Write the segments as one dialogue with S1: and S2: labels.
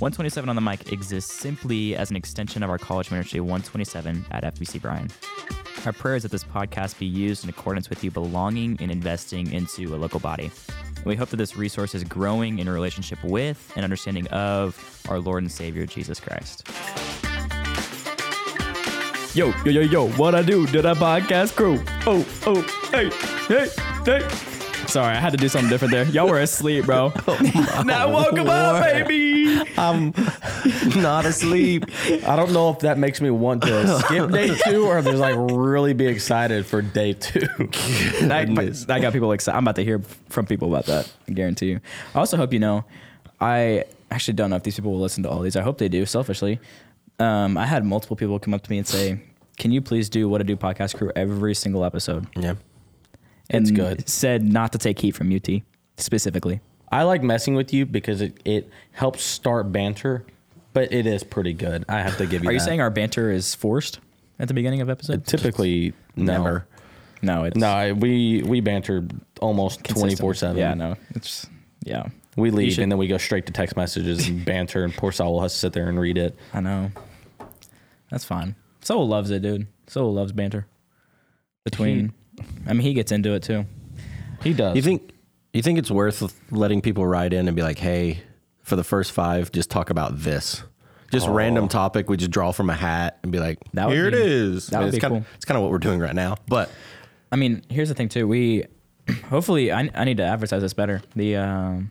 S1: 127 on the mic exists simply as an extension of our college ministry 127 at FBC Bryan. Our prayer is that this podcast be used in accordance with you belonging and investing into a local body. And we hope that this resource is growing in a relationship with and understanding of our Lord and Savior Jesus Christ.
S2: Yo, yo, yo, yo, what I do to that podcast crew? Oh, oh, hey, hey, hey. Sorry, I had to do something different there. Y'all were asleep, bro. now welcome up,
S3: Lord.
S2: baby.
S3: I'm not asleep.
S4: I don't know if that makes me want to skip day two or if there's like really be excited for day two.
S2: That, that got people excited. I'm about to hear from people about that. I guarantee you. I also hope you know, I actually don't know if these people will listen to all these. I hope they do, selfishly. Um, I had multiple people come up to me and say, Can you please do What I Do podcast crew every single episode?
S4: Yeah.
S2: And
S4: It's good.
S2: said not to take heat from UT specifically.
S4: I like messing with you because it, it helps start banter, but it is pretty good. I have to give you
S2: Are you
S4: that.
S2: saying our banter is forced at the beginning of episodes?
S4: typically no.
S2: Never. No, it's
S4: No, I- we we banter almost twenty
S2: consistent.
S4: four seven.
S2: Yeah, no, it's yeah.
S4: We
S2: You
S4: leave
S2: should-
S4: and then we go straight to text messages and banter, and poor Saul has to sit there and read it.
S2: I know. That's fine. Soul loves it, dude. Soul loves banter. Between, I mean, he gets into it too.
S4: He does.
S3: You think you think it's worth letting people write in and be like, "Hey, for the first five, just talk about this." Just random topic we just draw from a hat and be like,
S2: That would
S3: "Here
S2: be-
S3: it is."
S2: that would
S3: it's
S2: be
S3: kinda,
S2: cool.
S3: It's kind of what we're doing right now, but
S2: I mean, here's the thing too. We hopefully I, I need to advertise this better. The um,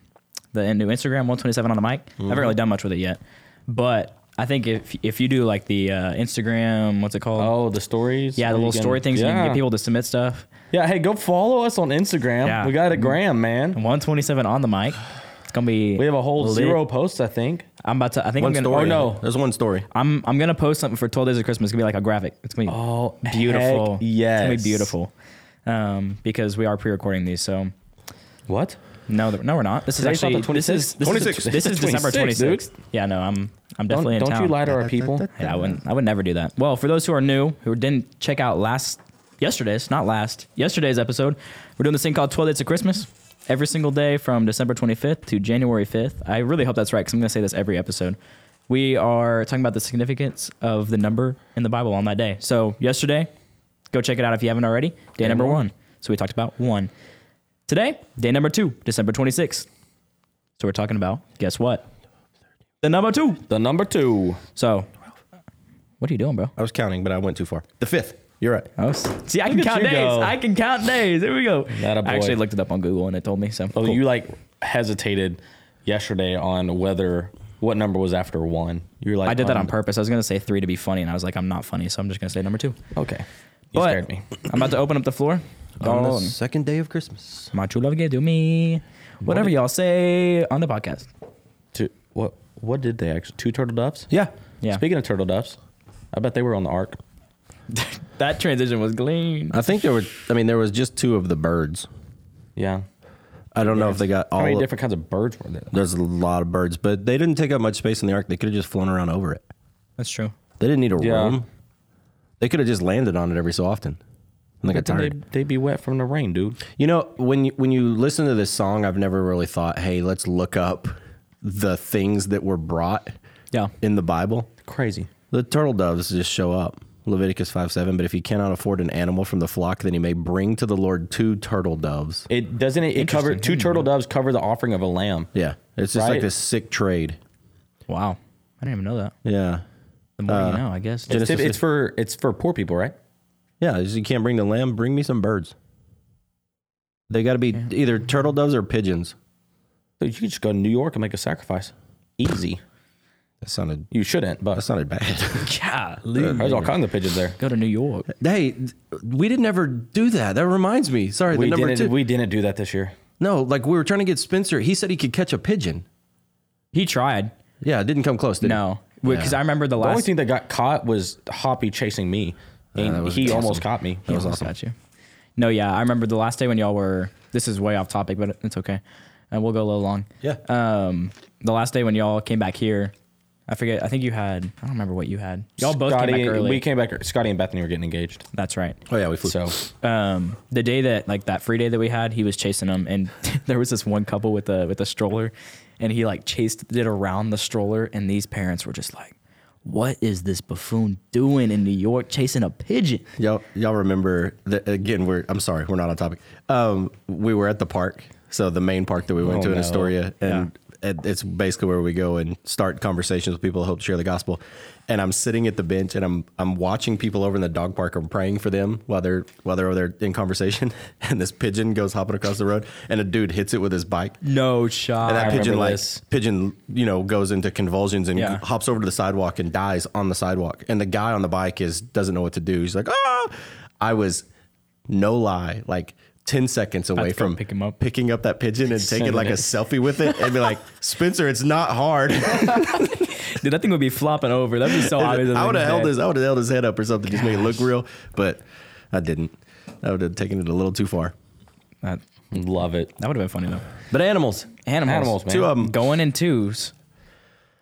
S2: the new Instagram 127 on the mic. I
S4: Mm-hmm.
S2: haven't really done much with it yet, but I think if if you do like the uh, Instagram, what's it called?
S4: Oh, the stories.
S2: yeah, the
S4: Where you
S2: little
S4: can-
S2: story things. and you can
S4: Yeah.
S2: get people to submit stuff.
S4: Yeah. Hey, go follow us on Instagram.
S2: Yeah. Mm-hmm.
S4: We got a gram, man.
S2: 127 on the mic. It's gonna be.
S4: We have a whole
S2: lit.
S4: zero posts, I think.
S2: I'm about to. I think
S3: one
S2: I'm gonna.
S3: story.
S2: oh, no.
S3: there's one story.
S2: I'm I'm gonna post something for 12 days of Christmas. It's gonna be like a graphic. It's gonna be
S4: Oh,
S2: beautiful.
S4: heck yes.
S2: it's gonna be beautiful. Um, because we are pre-recording these, so
S4: What?
S2: no, th- no, we're not. This is
S4: Today's not
S2: actually
S4: the
S2: this is this
S3: 26th.
S2: is this is December
S4: 26th, dude.
S2: 26th. Yeah, no, I'm I'm
S4: Don't,
S2: definitely in
S4: don't
S2: town.
S4: you lie to our people.
S2: Yeah, I wouldn't. I would never do that. Well, for those who are new who didn't check out last yesterday's, not last yesterday's episode, we're doing this thing called 12 Days of Christmas. Every single day from December 25th to January 5th. I really hope that's right because I'm going to say this every episode. We are talking about the significance of the number in the Bible on that day. So yesterday, go check it out if you haven't already. Day number one. So we talked about one. Today, day number two, December 26th. So we're talking about guess what? The number two.
S4: The number two.
S2: So, what are you doing, bro?
S3: I was counting, but I went too far. The fifth. You're right.
S2: Oh, s- see, I can
S4: Look at
S2: count
S4: you
S2: days.
S4: go.
S2: I can count days. There we go.
S4: That a boy.
S2: I actually looked it up on Google and it told me. So,
S4: Oh,
S2: cool.
S4: you like hesitated yesterday on whether what number was after one. You're like
S2: I did that on
S4: um,
S2: purpose. I was gonna say three to be funny, and I was like, I'm not funny, so I'm just gonna say number two.
S4: Okay. You
S2: But
S4: scared me.
S2: I'm about to open up the floor.
S3: On
S2: Y'all,
S3: the second day of Christmas.
S2: my true love gave to me. Whatever y'all say on the podcast.
S4: Two, what what did they actually? Two turtle doves.
S3: Yeah.
S2: Yeah,
S4: Speaking of turtle doves, I bet they were on the ark.
S2: that transition was clean.
S4: Uh,
S3: I think there were. I mean, there was just two of the birds.
S4: Yeah.
S3: I don't know if they got all.
S4: How many
S3: of-
S4: different kinds of birds were there?
S3: There's a lot of birds, but they didn't take up much space in the ark. They could have just flown around over it.
S2: That's true.
S3: They didn't need to
S4: Yeah.
S3: roam. They could have just landed on it every so often. And they got
S4: They
S3: tired.
S4: they be wet from the rain, dude.
S3: You know, when you, when you listen to this song, I've never really thought, "Hey, let's look up the things that were brought
S2: Yeah.
S3: in the Bible."
S4: Crazy.
S3: The turtle doves just show up. Leviticus 5 7. But if he cannot afford an animal from the flock, then he may bring to the Lord two turtle doves.
S4: It doesn't it, it cover two turtle doves cover the offering of a lamb.
S3: Yeah. It's just
S4: Right.
S3: like this sick trade.
S2: Wow, I didn't even know that.
S3: Yeah.
S2: The more you know, I guess.
S4: Uh, It's, typ- it's for it's for poor people, right?
S3: Yeah. it's just, You can't bring the lamb, bring me some birds. They got to be either turtle doves or pigeons.
S4: So you could just go to New York and make a sacrifice. Easy.
S3: That sounded,
S4: You shouldn't, but
S3: that sounded bad.
S2: Yeah,
S4: there's all kinds of pigeons there.
S2: go to New York.
S3: Hey, th- we didn't ever do that. That reminds me. Sorry,
S4: We
S3: the number
S4: didn't
S3: two.
S4: we didn't do that this year.
S3: no, like we were trying to get Spencer. He said he could catch a pigeon.
S2: He tried.
S3: Yeah, it didn't come close. Did
S2: No, because I remember the
S4: The only
S2: last.
S4: thing that got caught was Hoppy chasing me. And
S3: Uh, that was
S4: he
S3: awesome.
S4: almost caught me.
S2: That was awesome. Got you. No, yeah, I remember the last day when y'all were. This is way off topic, but it's okay, and we'll go a little long.
S3: Yeah.
S2: Um, the last day when y'all came back here, I forget. I think you had. I don't remember what you had. Y'all both came
S4: Scotty,
S2: back early.
S4: We came back Scotty and Bethany were getting engaged.
S2: That's right.
S3: Oh yeah, we flew.
S4: So
S2: Um, the day that like that free day that we had, he was chasing them, and there was this one couple with a with a stroller, and he like chased it around the stroller, and these parents were just like, "What is this buffoon doing in New York chasing a pigeon?"
S3: Y'all, y'all remember that again? We're I'm sorry, we're not on topic. Um, we were at the park, so the main park that we went
S4: Oh,
S3: to in
S4: no.
S3: Astoria, and it, it's basically where we go and start conversations with people, hope to share the gospel. And I'm sitting at the bench, and I'm I'm watching people over in the dog park. I'm praying for them while they're while they're over there in conversation. And this pigeon goes hopping across the road, and a dude hits it with his bike.
S2: No shot.
S3: And that pigeon,
S2: remember
S3: like
S2: this.
S3: pigeon, you know, goes into convulsions and
S2: Yeah.
S3: hops over to the sidewalk and dies on the sidewalk. And the guy on the bike is doesn't know what to do. He's like, ah! I was, no lie, like ten seconds away
S2: to go
S3: from
S2: pick him up.
S3: picking up that pigeon and taking
S4: Send
S3: like a
S4: it.
S3: selfie with it and be like, Spencer, it's not hard.
S2: dude, that thing would be flopping over. That'd be so obvious. that
S3: I
S2: thing
S3: would have
S2: Oh, was
S3: held
S2: dead.
S3: his, I would have held his head up or something, just make it look real, but I didn't. I would have taken it a little too far.
S2: That,
S4: Love it.
S2: that would have been funny though.
S3: But animals,
S2: Animals,
S4: Animals, man.
S3: two of them.
S2: going in twos.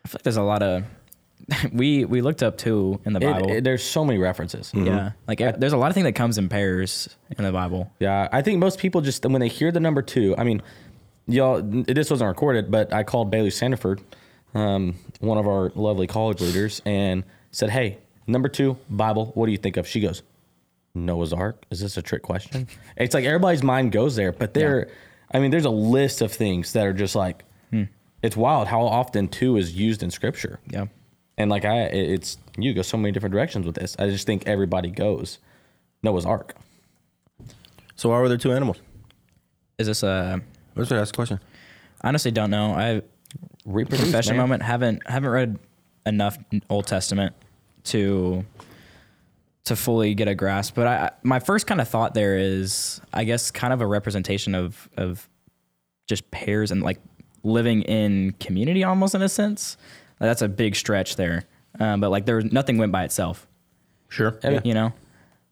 S2: I feel like there's a lot of we we looked up two in the
S4: It-
S2: Bible.
S4: it- Mm-hmm. there's so many references.
S3: Mm-hmm.
S2: yeah, like eh, there's a lot of thing that comes in pairs in the Bible.
S4: Yeah, I think most people just when they hear the number two, I mean, y'all, n- this wasn't recorded, but I called Bailey Sandiford, um, one of our lovely college leaders, and said, "Hey, number two, Bible, what do you think of?" She goes, "Noah's Ark." Is this a trick question? It's like everybody's mind goes there, but there, I mean, there's a list of things that are just like, it's wild how often two is used in Scripture.
S2: Yeah,
S4: And like I, it- it's you go so many different directions with this. I just think everybody goes Noah's Ark.
S3: So why were there two animals?
S2: is this a
S3: That's the last question.
S2: honestly don't know. I
S4: Reproduce,
S2: profession
S4: man.
S2: moment haven't haven't read enough Old Testament to to fully get a grasp. But I my first kind of thought there is I guess kind of a representation of of just pairs and like living in community almost in a sense. That's a big stretch there. Um, but like there was nothing went by itself,
S3: Sure.
S2: you know.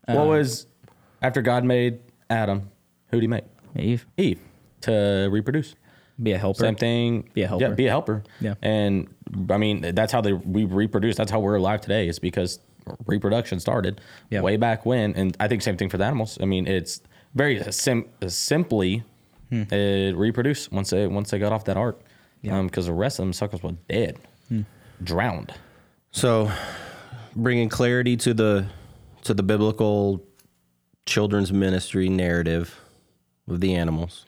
S4: What
S2: Um,
S4: was after God made Adam? Who did he make?
S2: Eve
S4: Eve to reproduce.
S2: be a helper.
S4: Same thing.
S2: Be a helper.
S4: Yeah, be a helper.
S2: Yeah.
S4: And I mean, that's how they we reproduce. That's how we're alive today. Is because reproduction started
S2: Yeah.
S4: way back when. And I think same thing for the animals. I mean, it's very sim- simply uh, reproduce once they once they got off that ark.
S2: Hmm. Yeah. Hmm.
S4: because the rest of them suckers were dead, drowned.
S3: So, bringing clarity to the to the biblical children's ministry narrative of the animals.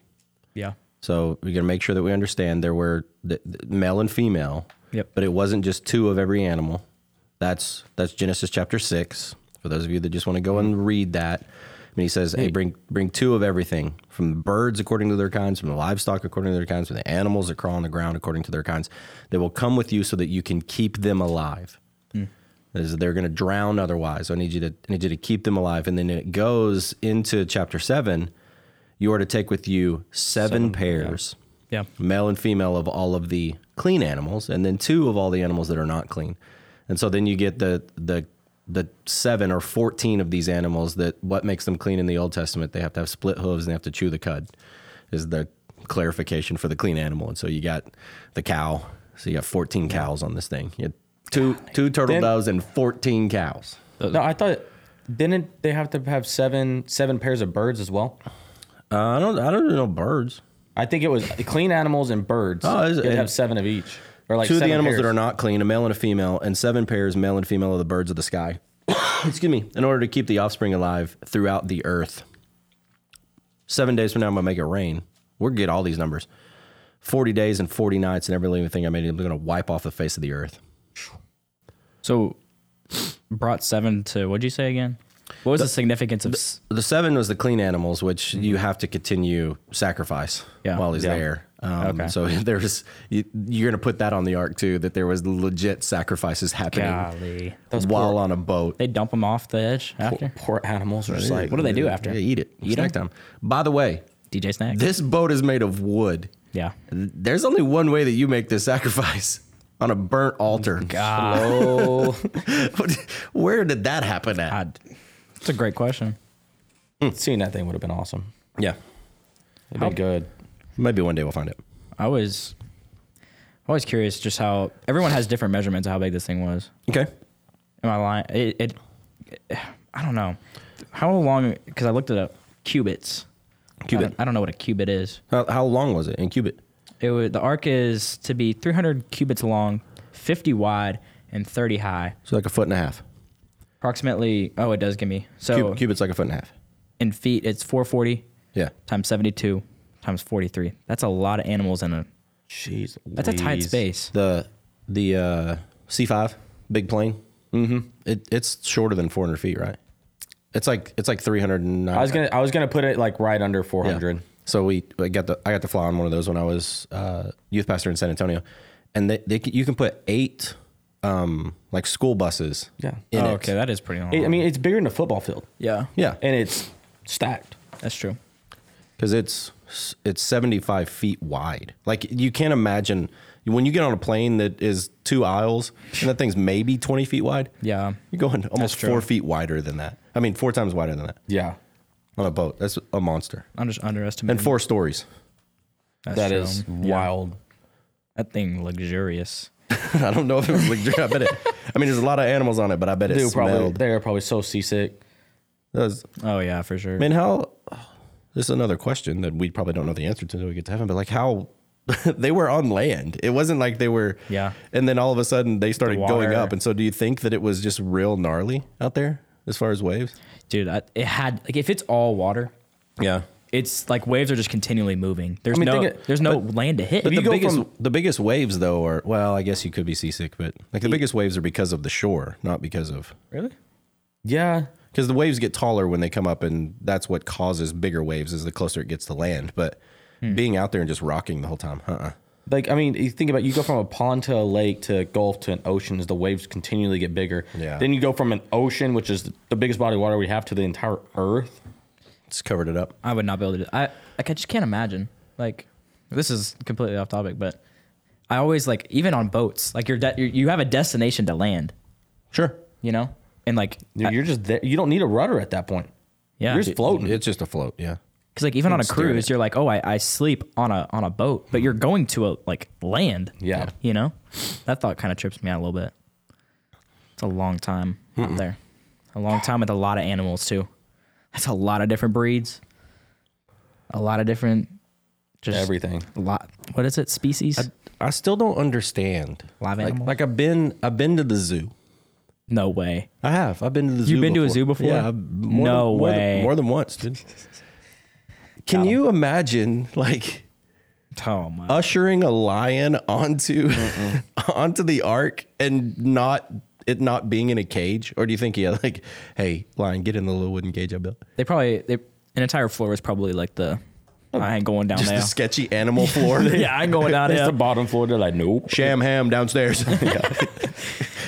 S2: Yeah.
S3: So we're gonna make sure that we understand there were th- th- male and female.
S2: Yep.
S3: But it wasn't just two of every animal. That's that's Genesis chapter six. For those of you that just want to go and read that, and he says, "Hey, bring bring two of everything from the birds according to their kinds, from the livestock according to their kinds, from the animals that crawl on the ground according to their kinds. They will come with you so that you can keep them alive." is they're going to drown otherwise. So I need you to I need you to keep them alive. And then it goes into chapter seven. You are to take with you seven, pairs,
S2: Yeah.
S3: male and female of all of the clean animals, and then two of all the animals that are not clean. And so then you get the the the seven or fourteen of these animals that what makes them clean in the Old Testament? They have to have split hooves and they have to chew the cud. Is the clarification for the clean animal. And so you got the cow. So you got fourteen cows on this thing. You had two two turtle
S4: Then-
S3: doves and fourteen cows.
S2: Uh,
S4: No, I thought didn't they have to have seven seven pairs of birds as well?
S3: Uh, I don't I don't know birds.
S4: I think it was clean animals and birds.
S3: Oh, is it-
S4: you have to have seven of each, or like
S3: two of the
S4: seven
S3: animals that
S4: pairs.
S3: are not clean, a male and a female, and seven pairs, male and female, of the birds of the sky. Excuse me. In order to keep the offspring alive throughout the earth. Seven days from now, I'm gonna make it rain. We're gonna get all these numbers. Forty days and forty nights, and every living thing I made, I'm gonna wipe off the face of the earth.
S2: So brought seven to what'd you say again? What was the, significance of s
S3: The seven was the clean animals, which you have to continue sacrifice
S2: Yeah.
S3: while he's
S2: Yeah.
S3: there. Um,
S2: Okay.
S3: So there's you, you're gonna put that on the ark too, that there was legit sacrifices happening
S2: golly?
S3: while on a boat.
S2: They dump them off the edge after.
S4: poor animals are just like
S2: What do they do after?
S3: Yeah, eat it.
S2: Eat
S3: Snack
S2: 'em?
S3: time. By the way,
S2: DJ Snack.
S3: this boat is made of wood.
S2: yeah.
S3: There's only one way that you make this sacrifice on a burnt altar.
S4: oh,
S3: Where did that happen at?
S2: God. That's a great question.
S4: "Oh." seeing that thing would have been awesome.
S3: yeah.
S4: It'd been good.
S3: Maybe one day we'll find it.
S2: I was always curious just how everyone has different measurements of how big this thing was.
S3: Okay.
S2: Am I lying? It, it, I don't know. How long? Because I looked it up. Cubits. I
S3: Cubit.
S2: don't, I don't know what a cubit is.
S3: How, how long was it in cubit?
S2: It would, the ark is to be 300 cubits long, 50 wide, and 30 high.
S3: So like a foot and a half.
S2: Approximately. Oh, it does give me. So
S3: Cub, cubit's like a foot and a half.
S2: in feet, it's 440
S3: Yeah.
S2: times 72 times 43. That's a lot of animals in a.
S4: Jeez,
S2: That's a tight
S4: Louise.
S2: space.
S3: The the uh, C5 big plane. Mm-hmm. It, it's shorter than 400 feet, right? It's like it's like 309.
S4: I was gonna, I was gonna put it like right under 400.
S3: So we I got the I got to fly on one of those when I was uh, youth pastor in San Antonio, and they, they c- you can put eight um, like school buses.
S4: Yeah.
S3: In
S2: oh,
S3: it.
S2: okay, that is pretty long.
S4: It- I mean, it's bigger than a football field,
S2: yeah,
S3: Yeah.
S4: and it's stacked.
S2: that's true.
S3: because it's it's 75 feet wide like you can't imagine when you get on a plane that is two aisles and that thing's maybe 20 feet wide
S2: Yeah.
S3: you're going almost
S2: true.
S3: four feet wider than that i mean four times wider than that
S4: Yeah,
S3: on a boat that's a monster
S2: I'm just underestimating.
S3: and four stories
S2: That's
S4: that
S2: true.
S4: is
S2: Yeah.
S4: wild.
S2: That thing luxurious.
S3: i don't know if it was like i bet it i mean there's a lot of animals on it but i bet it
S4: They were probably,
S3: smelled
S4: they were probably so seasick.
S3: That was-
S2: Oh yeah, for sure.
S3: i mean how this is another question that we probably don't know the answer to until we get to heaven but like how they were on land it wasn't like they were
S2: Yeah.
S3: and then all of a sudden they started
S2: The
S3: going
S2: water.
S3: up. And so, do you think that it was just real gnarly out there as far as waves?
S2: Dude, I, it had like if it's all water,
S3: Yeah.
S2: it's like waves are just continually moving. There's
S4: mean,
S2: no
S4: think it-
S2: there's no land to hit.
S3: But the
S4: go
S3: biggest
S4: from-
S3: the biggest waves though are well, I guess you could be seasick, but like the biggest waves are because of the shore, not because of
S2: really?
S4: Yeah,
S3: because the waves get taller when they come up, and that's what causes bigger waves is the closer it gets to land. But being out there and just rocking the whole time, uh-uh.
S4: like I mean, you think about you go from a pond to a lake to a gulf to an ocean as the waves continually get bigger.
S3: Yeah.
S4: Then you go from an ocean, which is the biggest body of water we have, to the entire Earth.
S3: it's covered it up.
S2: I would not be able to do I like I just can't imagine. Like this is completely off topic, but I always like even on boats, like you're, de- you you have a destination to land,
S3: Sure,
S2: you know? And like
S4: You're,
S2: I-
S4: you're just there. You don't need a rudder at that point.
S2: yeah.
S4: You're just floating.
S3: it's just a float. Yeah,
S2: Cuz like even on a
S3: steer
S2: cruise,
S3: it.
S2: you're like, "Oh, I, I sleep on a on a boat," but you're going to a like land.
S4: Yeah.
S2: You know? That thought kind of trips me out a little bit. It's a long time out there. A long time with a lot of animals too. That's a lot of different breeds. A lot of different just
S4: Everything.
S2: A lot. What is it? Species?
S3: I still don't understand.
S2: Live
S3: like,
S2: animal?
S3: like I've been I've been to the zoo.
S2: no way.
S3: I have. I've been to the zoo.
S2: You've been to a zoo before?
S3: Yeah. I've- More
S2: No
S3: than, more than-
S2: way.
S3: More than, once, dude. Can you imagine like
S2: Oh my.
S3: Uh, ushering a lion onto onto the ark and not it not being in a cage? Or do you think yeah, like, hey, lion, get in the little wooden cage I built?
S2: they probably they an entire floor was probably like the I ain't going down
S3: Just
S2: there.
S3: the sketchy animal floor.
S2: yeah, I ain't going down
S4: It's
S2: there.
S4: the bottom floor. They're like, nope.
S3: Sham ham downstairs. Yeah.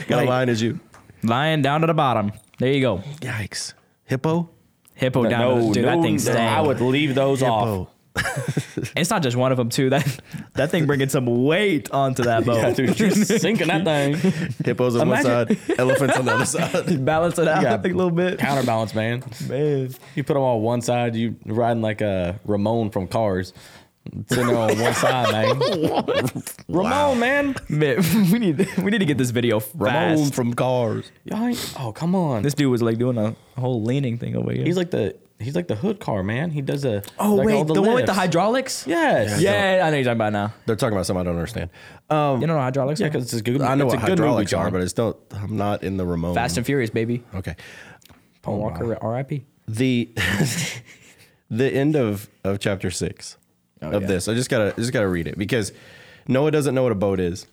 S3: Got a lion as you.
S2: Lying down to the bottom. There you go.
S3: Yikes. Hippo?
S2: Hippo down.
S4: no,
S2: dude, that
S4: no,
S2: thing stank.
S4: I would leave those off.
S3: Hippo.
S2: It's not just one of them too. That that thing bringing some weight onto that boat.
S4: Yeah, dude, you're sinking that thing.
S3: Hippos on one
S4: Imagine-
S3: side, elephants on the other side.
S2: Balance it out
S4: Yeah.
S2: I think, a little bit.
S4: Counterbalance, man.
S2: Man.
S4: You put them on one side, you riding like a Ramon from Cars. Sitting there on one side, man. Ramon, man.
S2: Man, we need we need to get this video fast.
S3: Ramon from cars.
S4: Y'all ain't- oh, come on.
S2: This dude was like doing a whole leaning thing over here.
S4: he's like the he's like the hood car, man. He does a
S2: oh
S4: like
S2: wait,
S4: all
S2: the, one with the
S4: lifts.
S2: hydraulics?
S4: Yes.
S2: Yeah, I know you're talking about now.
S3: They're talking about something I don't understand. Um,
S2: You don't know hydraulics?
S4: Yeah, because it's a good.
S3: I know
S4: it's
S3: what
S4: a good movie,
S3: hydraulics are,
S4: John.
S3: but I still I'm not in the Ramon.
S2: Fast and Furious, baby.
S3: okay.
S2: Paul Walker, R.I.P.
S3: The the end of of chapter six of
S2: yeah.
S3: this. I just gotta I just gotta read it because Noah doesn't know what a boat is,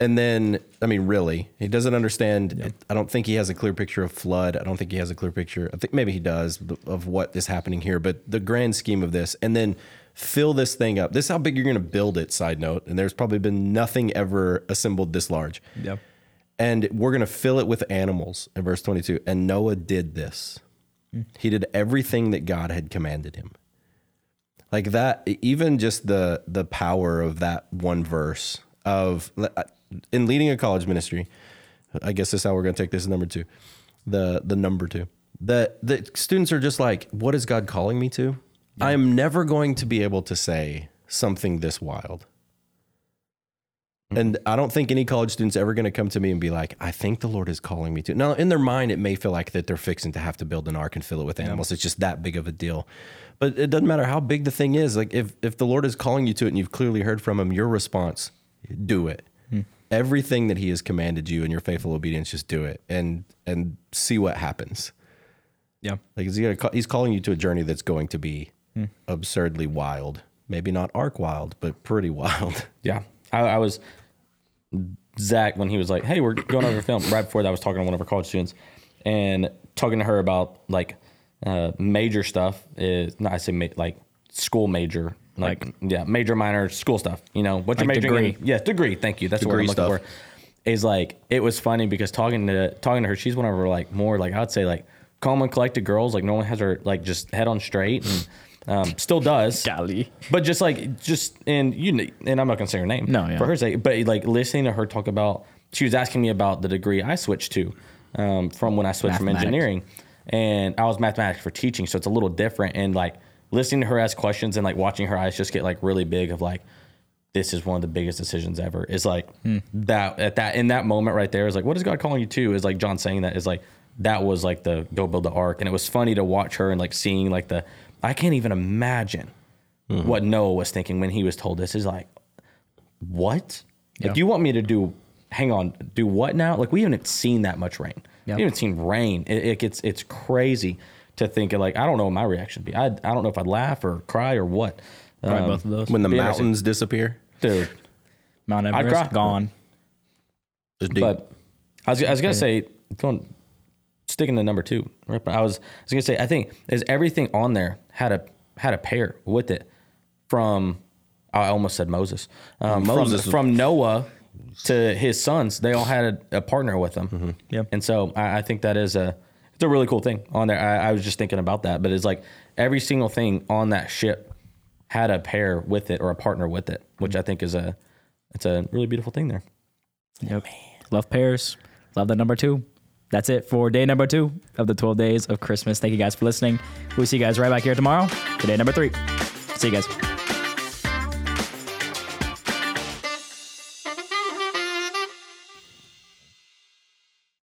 S3: and then I mean, really, he doesn't understand. I don't think he has a clear picture of flood. I don't think he has a clear picture. I think maybe he does of what is happening here, but the grand scheme of this, and then fill this thing up. This is how big you're gonna build it. Side note, and there's probably been nothing ever assembled this large.
S2: Yep.
S3: and we're going to fill it with animals in verse 22 and noah did this he did everything that god had commanded him like that e, even just the the power of that one verse of uh, in leading a college ministry i guess this is how we're going to take this number two the the number two that the students are just like what is god calling me to i am never going to be able to say something this wild And I don't think any college student's ever going to come to me and be like, I think the Lord is calling me to. Now, in their mind, it may feel like that they're fixing to have to build an ark and fill it with animals. It's just that big of a deal. But it doesn't matter how big the thing is. Like, if, if the Lord is calling you to it and you've clearly heard from him, your response, do it. Everything that he has commanded you in your faithful obedience, just do it and and see what happens.
S2: Yeah.
S3: Like is he gonna call, he's calling you to a journey that's going to be absurdly wild. Maybe not arc wild, but pretty wild.
S4: Yeah, I, I was Zach when he was like, "Hey, we're going over film." Right before that, I was talking to one of our college students and talking to her about like uh, major stuff. Is not I say ma- like school major, like, yeah, major minor school stuff. You know what you're
S2: Like
S4: majoring in?
S2: degree.
S4: Yes, degree. Thank you. That's what I'm
S3: Degree
S4: looking
S3: stuff.
S4: for. Is like it was funny because talking to talking to her, she's one of her like more like I'd say like calm and collected girls. Like no one has her like just head on straight and um, still does.
S2: Golly.
S4: But just like just and you kn- and I'm not gonna say her name.
S2: No, yeah.
S4: For her sake, but like listening to her talk about, she was asking me about the degree I switched to um, from when I switched from
S2: Mathematics.
S4: engineering, and I was mathematics for teaching, so it's a little different. And like listening to her ask questions and like watching her eyes just get like really big of like, this is one of the biggest decisions ever. Is like that at that in that moment right there is like, what is God calling you to? Is like John saying that is like that was like the go build the ark, and it was funny to watch her and like seeing like the I can't even imagine what Noah was thinking when he was told this. Is like, what? Like you want me to do? Hang on, do what now? Like we haven't seen that much rain. We haven't seen rain. It, it gets it's crazy to think of. Like I don't know what my reaction would be. I I don't know if I'd laugh or cry or what.
S2: Probably both of those.
S3: When the
S4: Be interesting.
S3: mountains disappear,
S4: Dude,
S2: Mount
S4: I
S2: Everest
S4: cry.
S2: gone.
S3: just do-
S4: But I was, I was gonna say, going sticking to number two. right, but I was, I was gonna say, I think is everything on there had a had a pair with it from. I almost said Moses. Um,
S3: Moses
S4: from,
S3: was-
S4: from Noah to his sons, they all had a, a partner with them.
S3: Mm-hmm.
S2: Yeah.
S4: and so I, I think that is a it's a really cool thing on there. I, I was just thinking about that, but it's like every single thing on that ship had a pair with it or a partner with it, which
S3: Mm-hmm.
S4: I think is a it's a really beautiful thing there.
S2: Yep. Love pairs. Love that number two. That's it for day number two of the 12 days of Christmas. Thank you guys for listening. We'll see you guys right back here tomorrow for day number three. See you guys.